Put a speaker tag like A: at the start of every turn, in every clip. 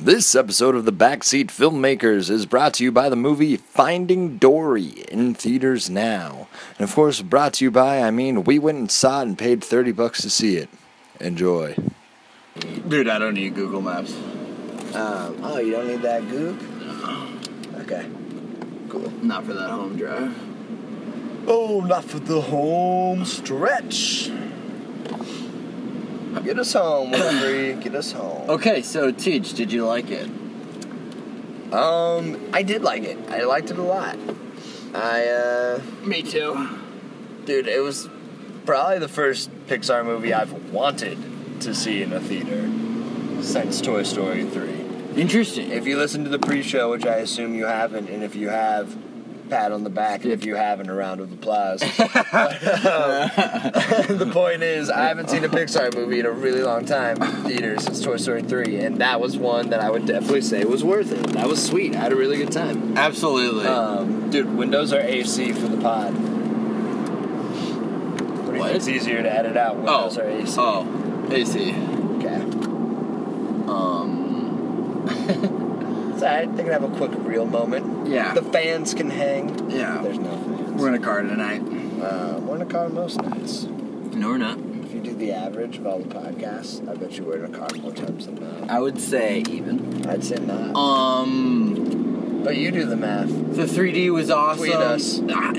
A: This episode of the Backseat Filmmakers is brought to you by the movie Finding Dory in theaters now. And of course, brought to you by, I mean, we went and saw it and paid 30 bucks to see it. Enjoy.
B: Dude, I don't need Google Maps.
C: Um, oh, you don't need that goog? Okay. Cool.
B: Not for that home drive.
C: Oh, not for the home stretch. Get us home, Winfrey. Get us home.
B: Okay, so Teach, did you like it?
C: Um, I did like it. I liked it a lot. I, uh,
B: Me too.
C: dude, it was probably the first Pixar movie I've wanted to see in a theater since Toy Story 3.
B: Interesting.
C: If you listen to the pre-show, which I assume you haven't, and if you have, pat on the back, and if you haven't, a round of applause. Um, the point is, I haven't seen a Pixar movie in a really long time in theaters since Toy Story 3, and that was one that I would definitely say was worth it. That was sweet. I had a really good time.
B: Absolutely.
C: Um, dude, windows are AC for the pod. What? do you
B: What?
C: think? It's easier to edit out.
B: oh.
C: Windows are AC.
B: Oh. AC.
C: Okay.
B: Um.
C: So I think I have a quick real moment.
B: Yeah.
C: The fans can hang.
B: Yeah.
C: There's no fans.
B: We're in a car tonight.
C: Uh, we're in a car most nights.
B: No, we're not.
C: If you do the average of all the podcasts, I bet you were in a car more times than not.
B: I would say even.
C: I'd say not.
B: Um.
C: But you do the math.
B: The 3D was awesome.
C: Tweet us.
B: Ah,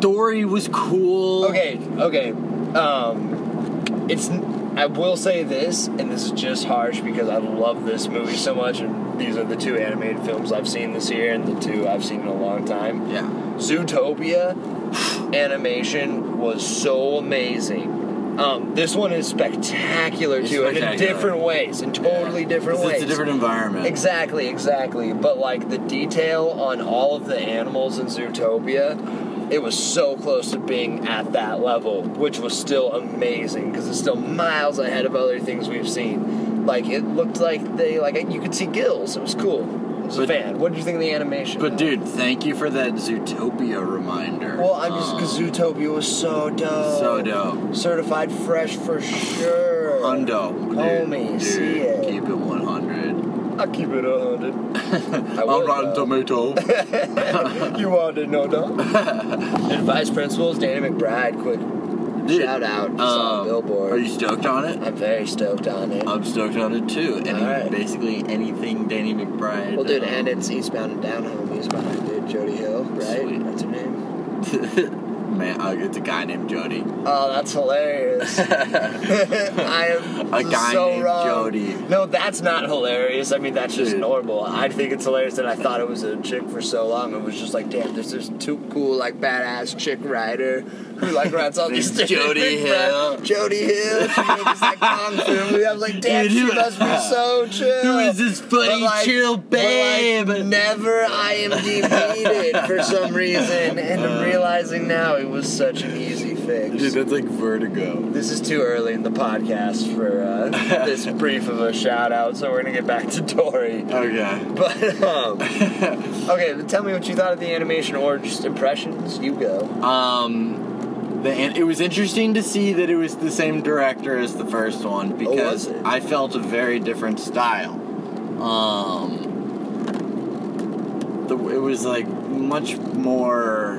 B: Dory was cool.
C: Okay, okay. Um, it's. I will say this, and this is just harsh because I love this movie so much, and these are the two animated films I've seen this year, and the two I've seen in a long time.
B: Yeah.
C: Zootopia animation was so amazing. Um, this one is spectacular
B: It's
C: too, and in
B: spectacular.
C: different ways, in totally different
B: 'Cause
C: ways.
B: It's a different environment.
C: Exactly, exactly. But like the detail on all of the animals in Zootopia, it was so close to being at that level, which was still amazing because it's still miles ahead of other things we've seen. Like it looked like they like you could see gills. It was cool. I was a
B: But-
C: fan. What did you think of the animation?
B: But dude, thank you for that Zootopia reminder.
C: well, I'm just
B: Um,
C: because Zootopia was so dope.
B: So dope.
C: Certified fresh for sure.
B: Hundo. Dude,
C: Homie,
B: dude,
C: see it.
B: Keep it 100.
C: I keep it a hundred. I
B: On
C: will,
B: Rotten
C: though.
B: Tomato.
C: You all did know that. and vice principals Danny McBride. Quick
B: Dude,
C: shout out to um,
B: um,
C: Billboard.
B: Are you Oh, stoked on it?
C: I'm very stoked on it.
B: I'm stoked on it too. Any,
C: Alright.
B: Basically anything Danny McBride.
C: well, dude,
B: um,
C: and it's Eastbound and Down homies behind it. Jody Hill, right?
B: Sweet.
C: That's her name.
B: man, uh, it's a guy named Jody.
C: Oh, that's hilarious. I am
B: A guy
C: so
B: named
C: wrong.
B: Jody.
C: No, that's not hilarious. I mean, that's just
B: Dude.
C: normal. I think it's hilarious that I thought it was a chick for so long. It was just like, damn, there's this too cool, like, badass chick rider who, like, rides all these
B: Name's Jody
C: different rides.
B: Hill.
C: Jody Hill. She made this, like, Kong film. movie. I was like, damn,
B: Dude,
C: she
B: who-
C: must be so chill.
B: Who is this funny, chill
C: but, like,
B: babe?
C: never IMDb it for some reason, and I'm realizing now it was such an easy fix.
B: Uh. Dude, that's like vertigo.
C: This is too early in the podcast for uh, this brief of a shout out, so we're gonna get back to Dory.
B: Okay.
C: But um, okay, but tell me what you thought of the animation or just impressions. You go.
B: Um, the and it was interesting to see that it was the same director as the first one because
C: Oh, it?
B: I felt a very different style. Um, the, it was like much more.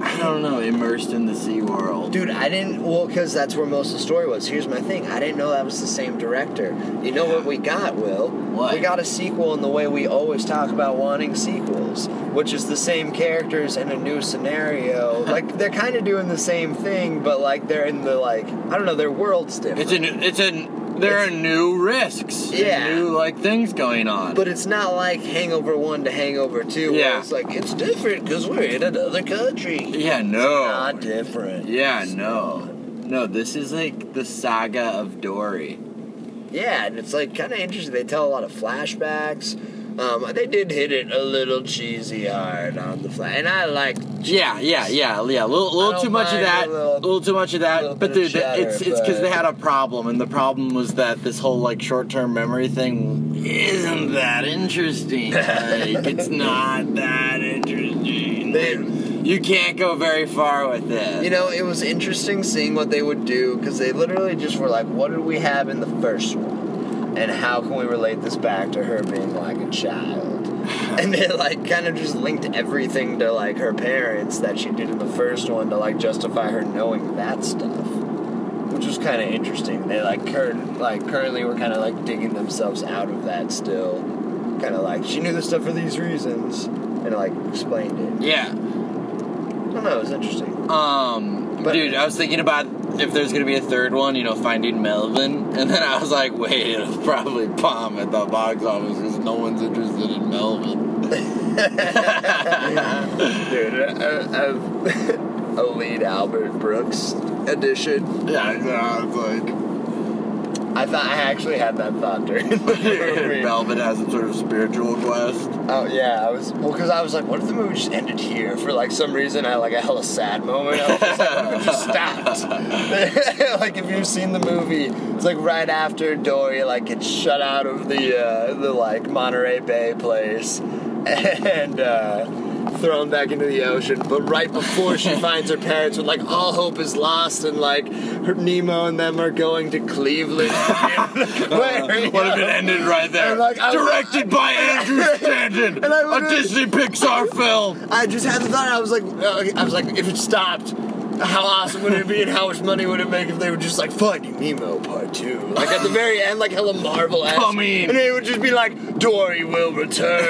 B: I don't know, immersed in the sea world.
C: Dude, I didn't well because that's where most of the story was. Here's my thing: I didn't know that was the same director. You know what we got, Will?
B: What?
C: We got a sequel in the way we always talk about wanting sequels, which is the same characters in a new scenario. like they're kind of doing the same thing, but like they're in the like I don't know, their world's different.
B: it's a, new- it's a, there
C: It's-
B: are new risks, and
C: Yeah.
B: new like things going on.
C: But it's not like Hangover 1 to Hangover 2. Where
B: Yeah.
C: It's like, it's different because we're in another country.
B: yeah, no,
C: Not different.
B: Oh. Yeah, no. No, this is like the saga of Dory.
C: Yeah, and it's like kind of interesting. They tell a lot of flashbacks. Um, they did hit it a little cheesy hard on the flash. And I like.
B: Yeah, yeah, yeah, yeah. A little,
C: I
B: little
C: don't
B: too much of
C: mind
B: that.
C: a
B: A
C: little-
B: little, too much of
C: little
B: that. But
C: bit of
B: dude, that- it's
C: cheddar,
B: it's because they
C: but-
B: had a problem, and the problem was that this whole like short term memory thing isn't that interesting. like, it's not that interesting.
C: They-
B: Like, You can't go very far with it.
C: You know, it was interesting seeing what they would do because they literally just were like, what did we have in the first one? And how can we relate this back to her being like a child? And they like kind of just linked everything to like her parents that she did in the first one to like justify her knowing that stuff. Which was kind of interesting. They like cur- like currently were kind of like digging themselves out of that still. Kind of like she knew this stuff for these reasons and like explained it.
B: yeah.
C: I don't know. It was interesting.
B: Um,
C: But-
B: dude, I was thinking about if there's gonna be a third one, you know, Finding Melvin, and then I was like, wait, it'll probably bomb at the box office because no one's interested in Melvin.
C: Dude, I, I've a lead Albert Brooks edition.
B: Yeah, I I was like,
C: I thought I actually had that thought during the movie.
B: Melvin has some sort of spiritual quest.
C: Oh yeah, I was well because I was like, what if the movie just ended here for like some reason? I had, like a hella sad moment. I was just like, what if it just stopped? like if you've seen the movie, it's like right after Dory like gets shut out of the uh, the like Monterey Bay place and uh, thrown back into the ocean. But right before she finds her parents, when like all hope is lost and like her Nemo and them are going to Cleveland. Where-
B: What if it ended right there?
C: And, like, I-
B: Directed by Andrew Stanton,
C: And I
B: a
C: literally-
B: Disney Pixar film.
C: I just had the thought. I was like, uh, I was like, if it stopped, how awesome would it be, and how much money would it make if they were just like Finding Nemo Part Two, like at the very end, like hella Marvel.
B: Come in.
C: and it would just be like Dory will return, and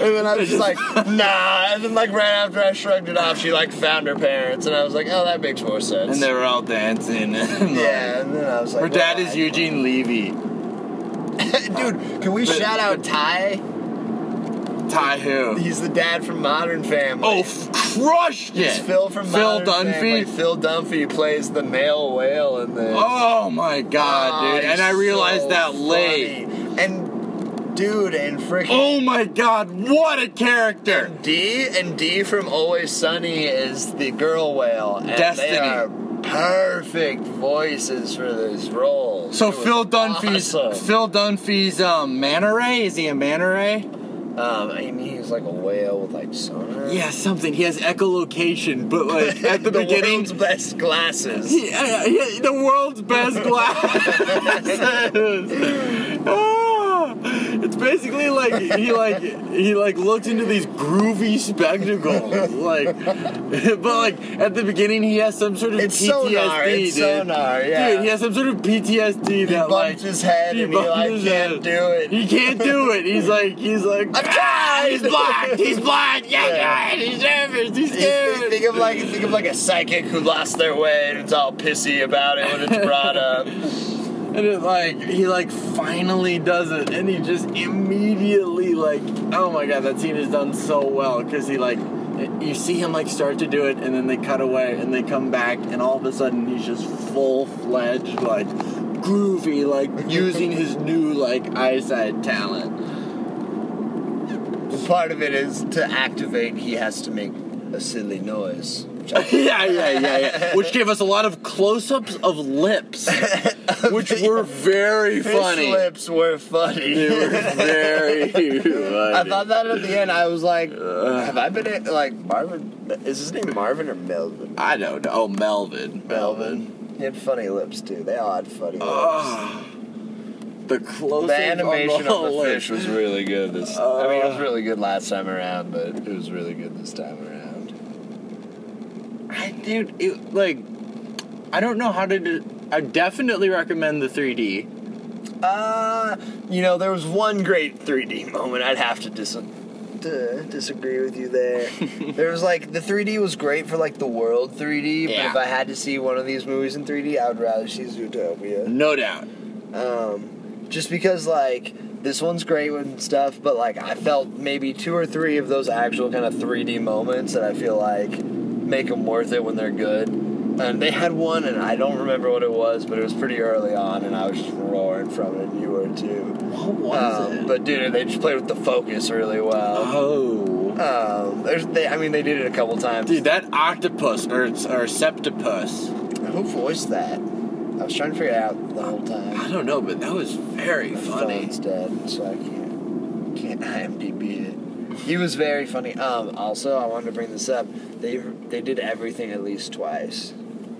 C: then I was just like, nah. And then like right after I shrugged it off, she like found her parents, and I was like, oh, that makes more sense.
B: And they were all dancing. and, like,
C: yeah, and then I was like,
B: Her dad
C: well,
B: is
C: I-
B: Eugene Levy.
C: dude. Can we
B: But-
C: shout out Ty?
B: Ty who?
C: He's the dad from Modern Family.
B: Oh, f- crushed it.
C: It's Phil from
B: Phil
C: Modern
B: Dunphy.
C: Family. Phil Dunphy plays the male whale in this.
B: Oh my god,
C: Ah,
B: dude! And
C: he's
B: I realized
C: so
B: that late.
C: funny. And dude, and freaking
B: Oh my god, what a character!
C: D and D from Always Sunny is the girl whale. And
B: Destiny.
C: They are perfect voices for this role.
B: So
C: It was
B: Phil Dunphy's
C: awesome.
B: Phil Dunphy's um, manta ray? Is he a manta ray?
C: Um, I mean, he's like a whale with like sonar.
B: Yeah, something. He has echolocation, but like at the,
C: the
B: beginning,
C: world's best glasses.
B: he, uh, he- the world's best glasses. Ah, it's basically like he like he like looks into these groovy spectacles, like. But like at the beginning, he has some sort of
C: It's
B: PTSD.
C: sonar, it's
B: dude.
C: sonar, yeah.
B: Dude, he has some sort of PTSD
C: He
B: that
C: bumped
B: like
C: his head and he
B: bumped
C: like
B: his
C: can't
B: head.
C: do it.
B: He can't do it. He's like he's like
C: I'm
B: "Ah,
C: tired."
B: he's blind. He's blind. Yeah,
C: Yeah.
B: yeah. He's nervous. He's
C: Think
B: scared.
C: think of like think of like a psychic who lost their way and it's all pissy about it when it's brought up.
B: And it like he like finally does it, and he just immediately like, oh my god, that scene is done so well because he like, you see him like start to do it, and then they cut away, and they come back, and all of a sudden he's just full fledged like groovy, like using his new like eyesight talent.
C: Part of it is to activate, he has to make a silly noise. Which I-
B: yeah, yeah, yeah, yeah. Which gave us a lot of close-ups of lips, which were very
C: His
B: funny.
C: lips were funny.
B: They were very
C: I
B: funny.
C: thought that at the end. I was like, have I been in, like Marvin? Is his name Marvin or Melvin?
B: I don't know. Oh, Melvin.
C: Melvin. He had funny lips too. They all had funny lips.
B: Ugh. the close
C: the animation
B: on
C: of
B: the
C: the
B: lip.
C: fish was really good this. I mean, it was really good last time around, but it was really good this time around.
B: I, dude, it, like, I don't know how to. De- I definitely recommend the 3D.
C: Uh, you know, there was one great 3D moment. I'd have to dis- to disagree with you there. there was like the 3D was great for like the world 3D,
B: Yeah.
C: but if I had to see one of these movies in 3D, I would rather see Zootopia.
B: No doubt.
C: Um, just because like this one's great and stuff, but like I felt maybe two or three of those actual kind of 3D moments that I feel like make them worth it when they're good. And they had one, and I don't remember what it was, but it was pretty early on, and I was just roaring from it, and you were too.
B: What
C: Um, But dude, they just played with the focus really well.
B: oh.
C: Um, there's, they, I mean, they did it a couple times.
B: Dude, that octopus, or, it's- or septopus,
C: Who voiced that? I was trying to figure it out the whole time.
B: I don't know, but that was very
C: My
B: funny.
C: phone's dead, so I can't can't IMDb it. He was very funny. Um, also, I wanted to bring this up. They they did everything at least twice.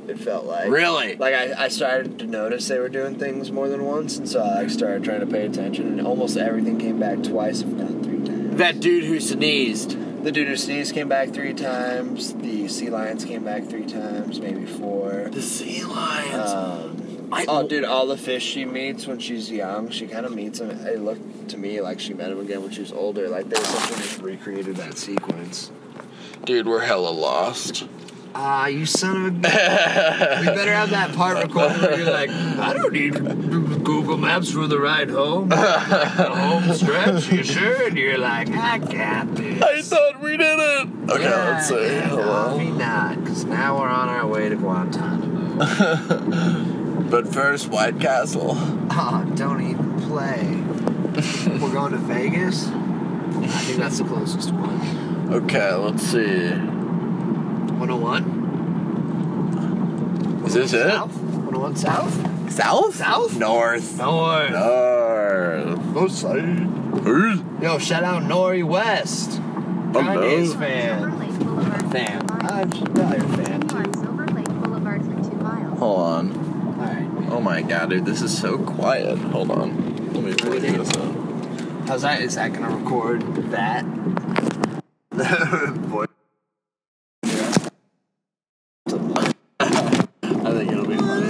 C: It felt like
B: Really?
C: Like I, I started to notice they were doing things more than once, and so I like, started trying to pay attention. And almost everything came back twice, if not three times.
B: That dude who sneezed.
C: the dude who sneezed came back three times. The sea lions came back three times, maybe four.
B: The sea lions.
C: Um,
B: I-
C: oh, dude, all the fish she meets when she's young, she kind of meets them. It looked to me like she met him again when she was older. Like they essentially just recreated that sequence.
B: Dude, we're hella lost.
C: Ah, you son of a bitch. we better have that part recorded where you're like, I don't need Google Maps for the ride home. Like, the home stretch, you sure? And you're like, I got this.
B: I thought we did it. Okay, let's say
C: yeah,
B: hello.
C: Maybe not, because now we're on our way to Guantanamo.
B: But first, White Castle.
C: oh, don't even play. we're going to Vegas? I think that's the closest one.
B: Okay, let's see.
C: 101?
B: Is this it?
C: South? 101 South?
B: South?
C: South?
B: North.
C: North.
B: North.
C: Both sides. Yo, shout out Nori West. Kanye's fan. Fan. I'm not your fan.
D: On Silver Lake Boulevard for two miles.
B: Hold on.
C: Alright.
B: Oh my god, dude, this is so quiet. Hold on. Let me play this up.
C: How's that? Is that gonna record that?
B: Boy. I think it'll be funny.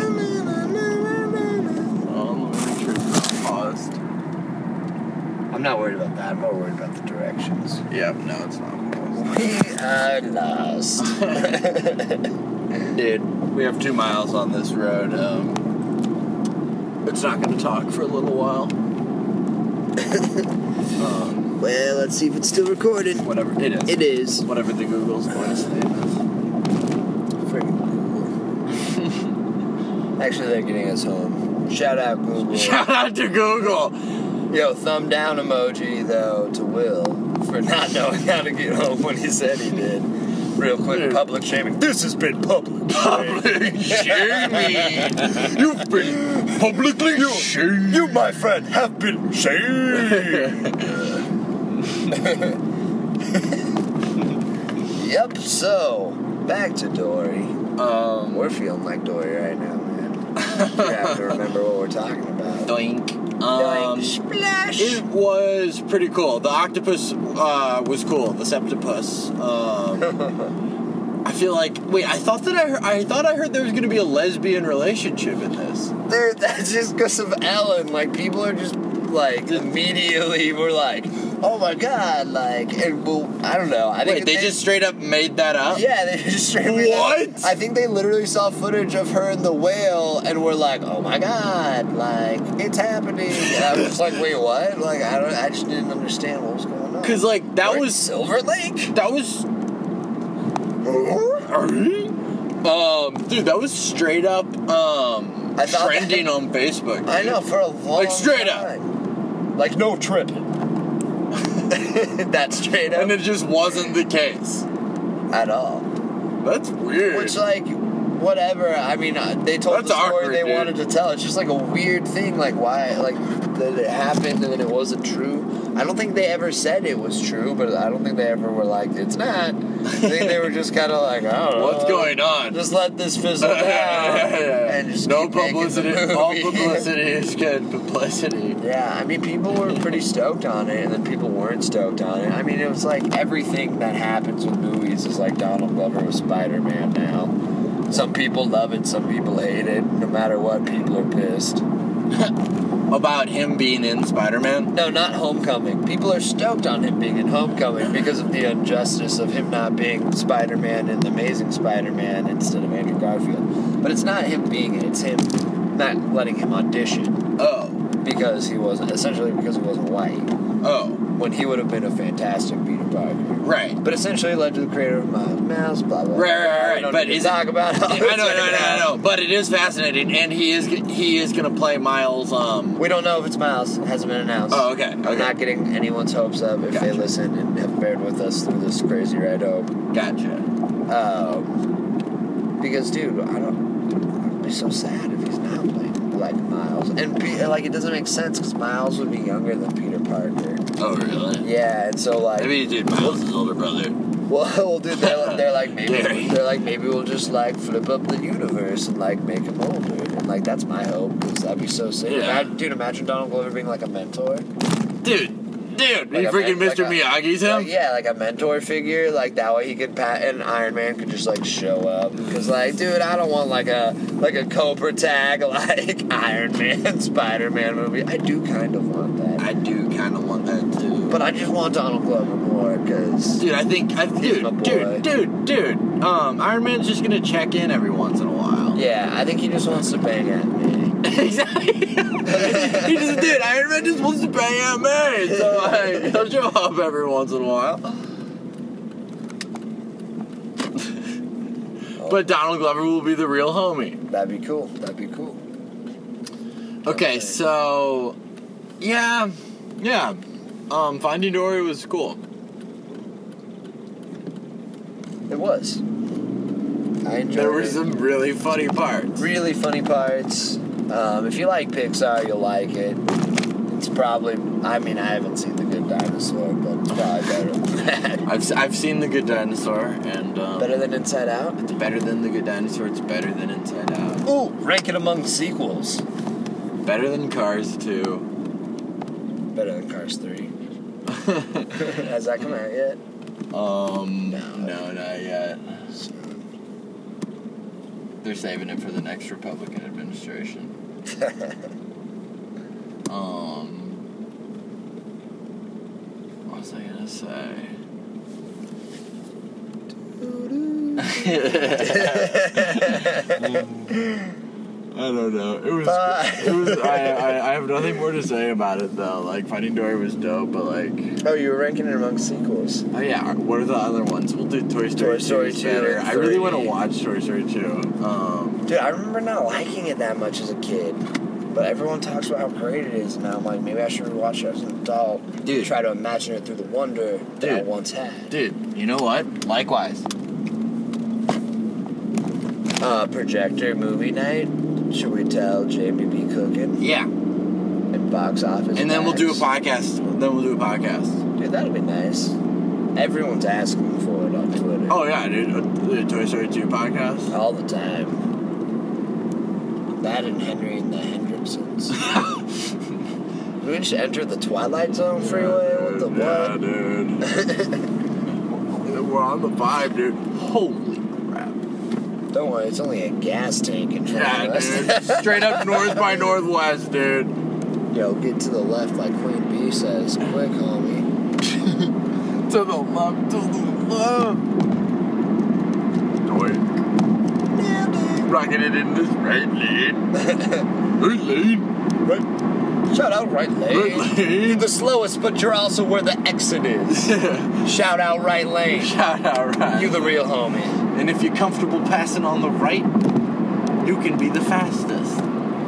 B: Oh, let me make sure it's not paused.
C: I'm not worried about that. I'm more worried about the directions.
B: Yep, no, it's not paused.
C: We are lost.
B: Dude, we have two miles on this road. Um, it's not going to talk for a little while. um,
C: well, let's see if it's still recorded.
B: whatever it is.
C: It is.
B: Whatever the Google's voice name is.
C: Friggin' Google. Actually, they're getting us home. Shout out Google.
B: Shout out to Google.
C: Yo, thumb down emoji though to Will for not knowing how to get home when he said he did. Real quick, public shaming. This has been public.
B: Public shaming. You've been publicly you, shamed. You, my friend, have been shamed.
C: Yep. So back to Dory.
B: um,
C: We're feeling like Dory right now, man. You have to remember what we're talking about.
B: doink.
C: Doink,
B: Um,
C: splash.
B: It was pretty cool. The octopus uh, was cool. The septopus. Um, I feel like wait. I thought that I heard, I thought I heard there was going to be a lesbian relationship in this.
C: Dude, that's just because of Ellen. Like, people are just like immediately were like, "Oh my god!" Like, and well, I don't know. I think
B: Wait, they, just straight up made that up.
C: Yeah, they just straight up-
B: What?
C: I think they literally saw footage of her and the whale and were like, "Oh my god!" Like, it's happening. And I was just like, "Wait, what?" Like, I don't. I just didn't understand what was going on.
B: Cause like that
C: We're in
B: was
C: Silver Lake.
B: that was um dude that was straight up um
C: I thought that-
B: trending on Facebook.
C: I
B: dude.
C: know for a long
B: Like, straight up.
C: time. up. Like no trip. That's straight up
B: and it just wasn't the case.
C: at all.
B: That's weird.
C: Which like whatever. I mean, uh, they told
B: That's
C: the story
B: awkward,
C: they
B: dude.
C: wanted to tell. It's just like a weird thing. Like why? Like that it happened and then it wasn't true. I don't think they ever said it was true, but I don't think they ever were like it's not. I think they were just kind of like, I don't know.
B: What's going on?
C: Just let this fizzle down and just
B: no
C: keep making the
B: publicity. All
C: movie.
B: publicity is good publicity.
C: Yeah, I mean, people were pretty stoked on it, and then people weren't stoked on it. I mean, it was like everything that happens with movies is like Donald Glover with Spider Man now. Some people love it, some people hate it. No matter what, people are pissed.
B: About him being in Spider-Man.
C: No, not Homecoming. People are stoked on him being in Homecoming because of the injustice of him not being Spider Man in The Amazing Spider Man instead of Andrew Garfield. But it's not him being it, it's him not letting him audition
B: Oh,
C: because he wasn't, essentially because he wasn't white.
B: oh,
C: when he would have been a fantastic Peter Parker.
B: right.
C: But essentially led to the creator of Miles Mouse, blah blah. blah.
B: Right, right, right, right,
C: We don't
B: but
C: need to
B: is-
C: talk about. How
B: I know, I know, I know, I know. But it is fascinating, and he is he is gonna play Miles. Um,
C: We don't know if it's Miles. It hasn't been announced.
B: Oh, okay,
C: I'm
B: okay.
C: not getting anyone's hopes up if they
B: Gotcha.
C: listen and have bared with us through this crazy ride home.
B: gotcha.
C: Um, because, dude, I don't. I'd be so sad if he's not playing. Like, like Miles, and Pe- like it doesn't make sense because Miles would be younger than Peter Parker.
B: Oh, really?
C: Yeah, and so like,
B: I mean, dude, Miles' is older brother.
C: well, well, dude, they're, they're like maybe
B: Gary.
C: they're like maybe we'll just like flip up the universe and like make him older, and like that's my hope because that'd be so sick.
B: Yeah.
C: Imagine- dude, imagine Donald Glover being like a mentor.
B: Dude, dude,
C: Like
B: you
C: a
B: freaking
C: men- like
B: Mr.
C: a-
B: Miyagi's him?
C: Like, yeah, like a mentor figure. Like that way he could pat and Iron Man could just like show up. Cause like, dude, I don't want like a like a Cobra tag like Iron Man, Spider Man movie. I do kind of want that,
B: I do kind of want that too.
C: but I just want Donald Glover more. Cause
B: dude, I think, I,
C: my boy.
B: dude, dude, dude, dude. Um, Iron Man's just gonna check in every once in a while.
C: yeah, I think he just wants to bang at me.
B: exactly. he just, dude, Iron Man just wants to bang out me, so like, he'll show up every once in a while. But Donald Glover will be the real homie.
C: That'd be cool. That'd be cool.
B: Okay, so, yeah, yeah. Um, Finding Dory was cool.
C: It was. I enjoyed
B: There were
C: it.
B: some really funny parts.
C: really funny parts. Um, if you like Pixar, you'll like it. It's probably, I mean, I haven't seen The Good Dinosaur, but it's probably better than that.
B: I've, s- I've seen The Good Dinosaur, and um,
C: better than Inside Out?
B: it's better than The Good Dinosaur, it's better than Inside Out,
C: Ooh, rank it among sequels.
B: better than Cars 2.
C: Better than Cars 3. Has that come out yet?
B: Um,
C: No.
B: no, not yet. They're saving it for the next Republican administration. um, what was I gonna say? I don't know. It was.
C: Bye.
B: It was. I, I. I have nothing more to say about it though. Like Finding Dory was dope, but like,
C: Oh, you were ranking it among sequels.
B: oh yeah. What are the other ones? We'll do Toy Story.
C: Toy Story
B: 2
C: 2
B: better.
C: and
B: I really want to
C: 3.
B: watch Toy Story Two. Um,
C: Dude, I remember not liking it that much as a kid. But everyone talks about how great it is, and I'm like, maybe I should rewatch it as an adult.
B: Dude.
C: Try to imagine it through the wonder that I
B: Dude.
C: once had.
B: dude, you know what? Likewise.
C: uh, projector movie night. Should we tell Jamie B. Cooking
B: Yeah.
C: and box office?
B: And then we'll do a
C: box.
B: podcast. Then we'll do a podcast.
C: Dude, that'll be nice. Everyone's asking for it on Twitter.
B: Oh yeah, dude, uh, the Toy Story Two podcast.
C: All the time. That and Henry and the Hendricksons. we just entered the Twilight Zone freeway. What the
B: yeah,
C: what?
B: dude. We're on the vibe, dude. Holy crap.
C: Don't worry, it's only a gas tank in front of
B: Yeah, dude.
C: us.
B: Straight up north by northwest, dude.
C: Yo, get to the left like Queen Bee says. Quick, homie.
B: To the left, to the left. Dork. Rocking it in this right lane. Right lane.
C: Right. Shout out right lane.
B: Right lane.
C: You're the slowest, but you're also where the exit is. Shout out right lane.
B: Shout out, right.
C: You the real homie.
B: And if you're comfortable passing on the right, you can be the fastest.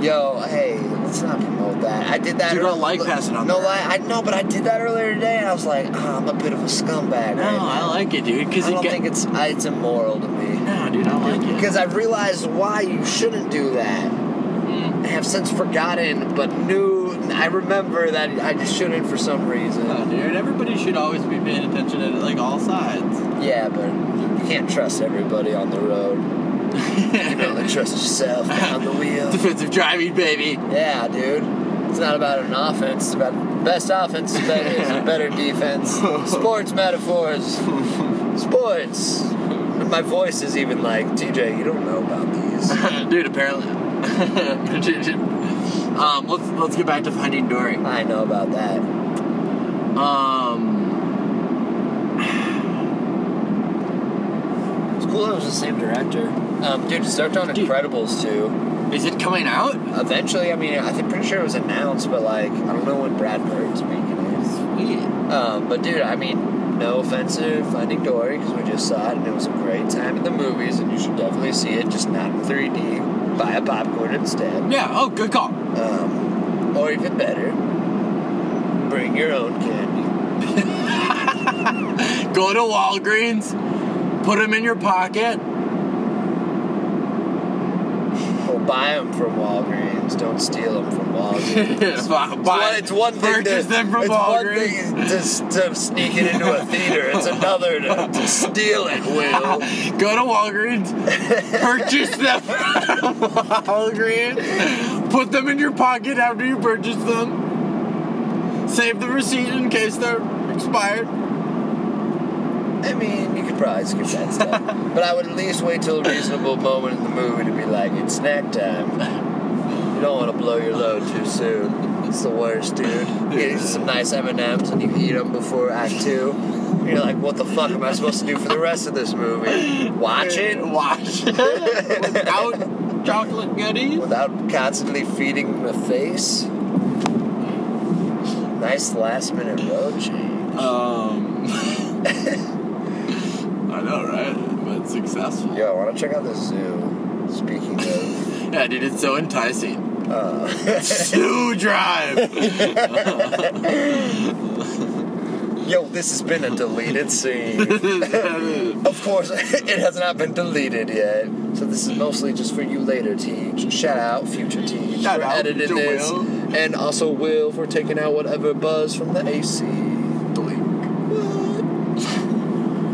C: Yo, hey, let's not promote that. I did that.
B: Dude, I
C: earl-
B: like
C: look,
B: passing on
C: No
B: the-
C: lie, I know, but I did that earlier today, and I was like, ah, I'm a bit of a scumbag.
B: No,
C: right
B: I
C: now.
B: like it, dude. Cause
C: I
B: it
C: don't
B: get-
C: think it's I, it's immoral to me.
B: No, dude, I like it.
C: Because I realized why you shouldn't do that. I have since forgotten, but knew I remember that I just shouldn't for some reason.
B: No, dude, everybody should always be paying attention at like all sides.
C: Yeah, but you can't trust everybody on the road. You can only trust yourself on the wheel.
B: Defensive driving, baby.
C: Yeah, dude. It's not about an offense. It's about best offense is better, is a better defense. Sports metaphors. Sports. My voice is even like, TJ, you don't know about these.
B: dude, apparently. Dude, dude. um, let's let's get back to finding Dory.
C: I know about that.
B: Um,
C: It's cool that it was the same director. Um, dude, start on
B: Dude.
C: Incredibles too.
B: is it coming out?
C: Eventually, I mean, I think pretty sure it was announced, but like, I don't know when Brad Bird's making it.
B: Yeah.
C: Um, but dude, I mean, no offense to Finding Dory because we just saw it and it was a great time in the movies, and you should definitely see it, just not in 3D. Buy a popcorn instead,
B: Yeah. Oh, good call.
C: um, or even better, bring your own candy.
B: Go to Walgreens. Put them in your pocket.
C: Or buy them from Walgreens. Don't steal them from Walgreens. It's one,
B: buy,
C: it's one thing to,
B: purchase them from
C: it's
B: Walgreens.
C: one thing to, to sneak it into a theater. It's another to, to steal it, Will.
B: Go to Walgreens, purchase them from Walgreens, put them in your pocket after you purchase them, save the receipt in case they're expired.
C: I mean, you could probably skip that stuff. but I would at least wait till a reasonable moment in the movie to be like, it's snack time. You don't want to blow your load too soon. It's the worst, dude. You get some nice M&Ms and you eat them before Act 2. And you're like, what the fuck am I supposed to do for the rest of this movie? Watch it?
B: Wash it without chocolate goodies.
C: without constantly feeding the face. Nice last minute road change.
B: Um, I know, right? But successful.
C: Yo, I want to check out the zoo. Speaking of,
B: Yeah, dude, it's so enticing.
C: uh,
B: Zoo drive.
C: yo, this has been a deleted scene. of course, it has not been deleted yet, so this is mostly just for you later, Teach. Shout out, future Teach,
B: Shout
C: for
B: out to
C: editing this,
B: Will.
C: and also Will for taking out whatever buzz from the AC.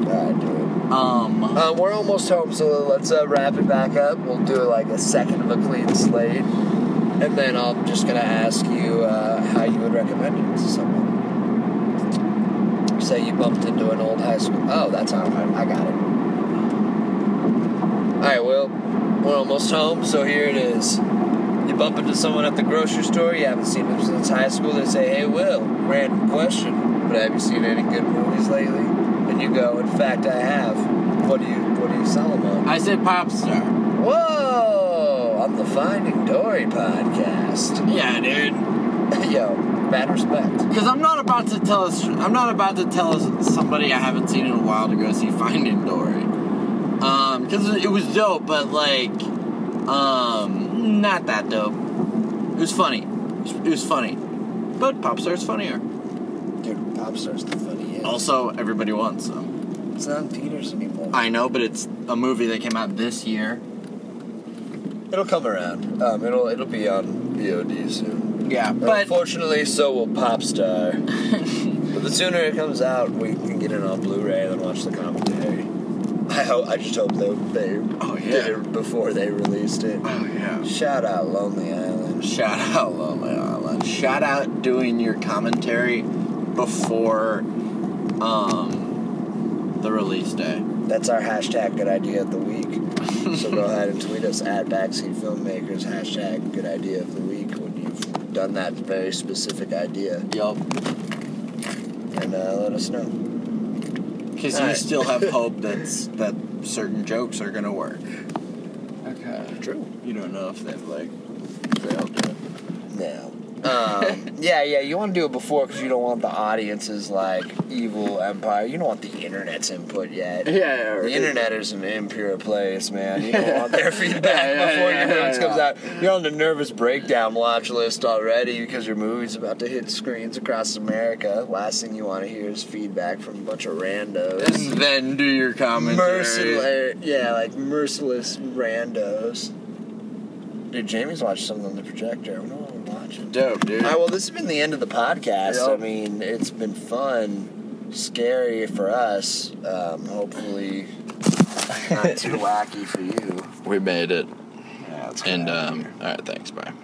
C: God, dude.
B: um.
C: Uh, we're almost home, so let's uh, wrap it back up. We'll do like a second of a clean slate, and then I'm just gonna ask you uh, how you would recommend it to someone. Say you bumped into an old high school. Oh, that's how I, I got it. All right, well, we're almost home, so here it is. You bump into someone at the grocery store. You haven't seen them since high school. They say, "Hey, Will, random question, but have you seen any good movies lately?" And you go, "In fact, I have." What do you What do you sell them on?
B: I said pop star.
C: Whoa! I'm the Finding Dory podcast.
B: Yeah, dude.
C: Yo, mad respect.
B: Because I'm not about to tell us. I'm not about to tell us somebody I haven't seen in a while to go see Finding Dory. Um, because it was dope, but like, um, not that dope. It was funny. It was, it was funny, but Popstar's funnier.
C: Dude, pop stars the funniest.
B: Also, everybody wants them.
C: It's not in theaters anymore.
B: I know, but it's a movie that came out this year.
C: It'll come around. Um, it'll It'll be on VOD soon.
B: Yeah,
C: But
B: but
C: unfortunately, so will Popstar. but the sooner it comes out, we can get it on Blu-ray and then watch the commentary. I hope. I just hope they they
B: Oh,
C: did
B: yeah.
C: it before they released it.
B: oh yeah.
C: Shout out Lonely Island.
B: Shout out Lonely Island. Shout out doing your commentary before um, the release day.
C: That's our hashtag good idea of the week. so go ahead and tweet us at backseat filmmakers hashtag good idea of the week when you've done that very specific idea
B: Yup.
C: and uh, let us know.
B: Because you
C: Alright.
B: still have hope that's that certain jokes are gonna work. Okay.
C: True.
B: You don't know if they've like failed it.
C: No. Um, yeah, yeah. You want to do it before because you don't want the audience's like evil empire. You don't want the internet's input yet.
B: Yeah.
C: The internet is an impure place, man. You don't want their feedback
B: Yeah, yeah,
C: before
B: yeah,
C: your
B: yeah,
C: movies
B: yeah.
C: comes out. You're on the nervous breakdown watch list already because your movie's about to hit screens across America. Last thing you want to hear is feedback from a bunch of randos.
B: And then do your commentary.
C: Merciless, yeah, like merciless randos. Dude, Jamie's watched something on the projector. I wonder what we're watching.
B: Dope, dude.
C: All right, well, this has been the end of the podcast.
B: Yep.
C: I mean, it's been fun, scary for us. Um, hopefully, not too wacky for you.
A: We made it.
B: yeah, it's
A: And, um, alright, thanks. Bye.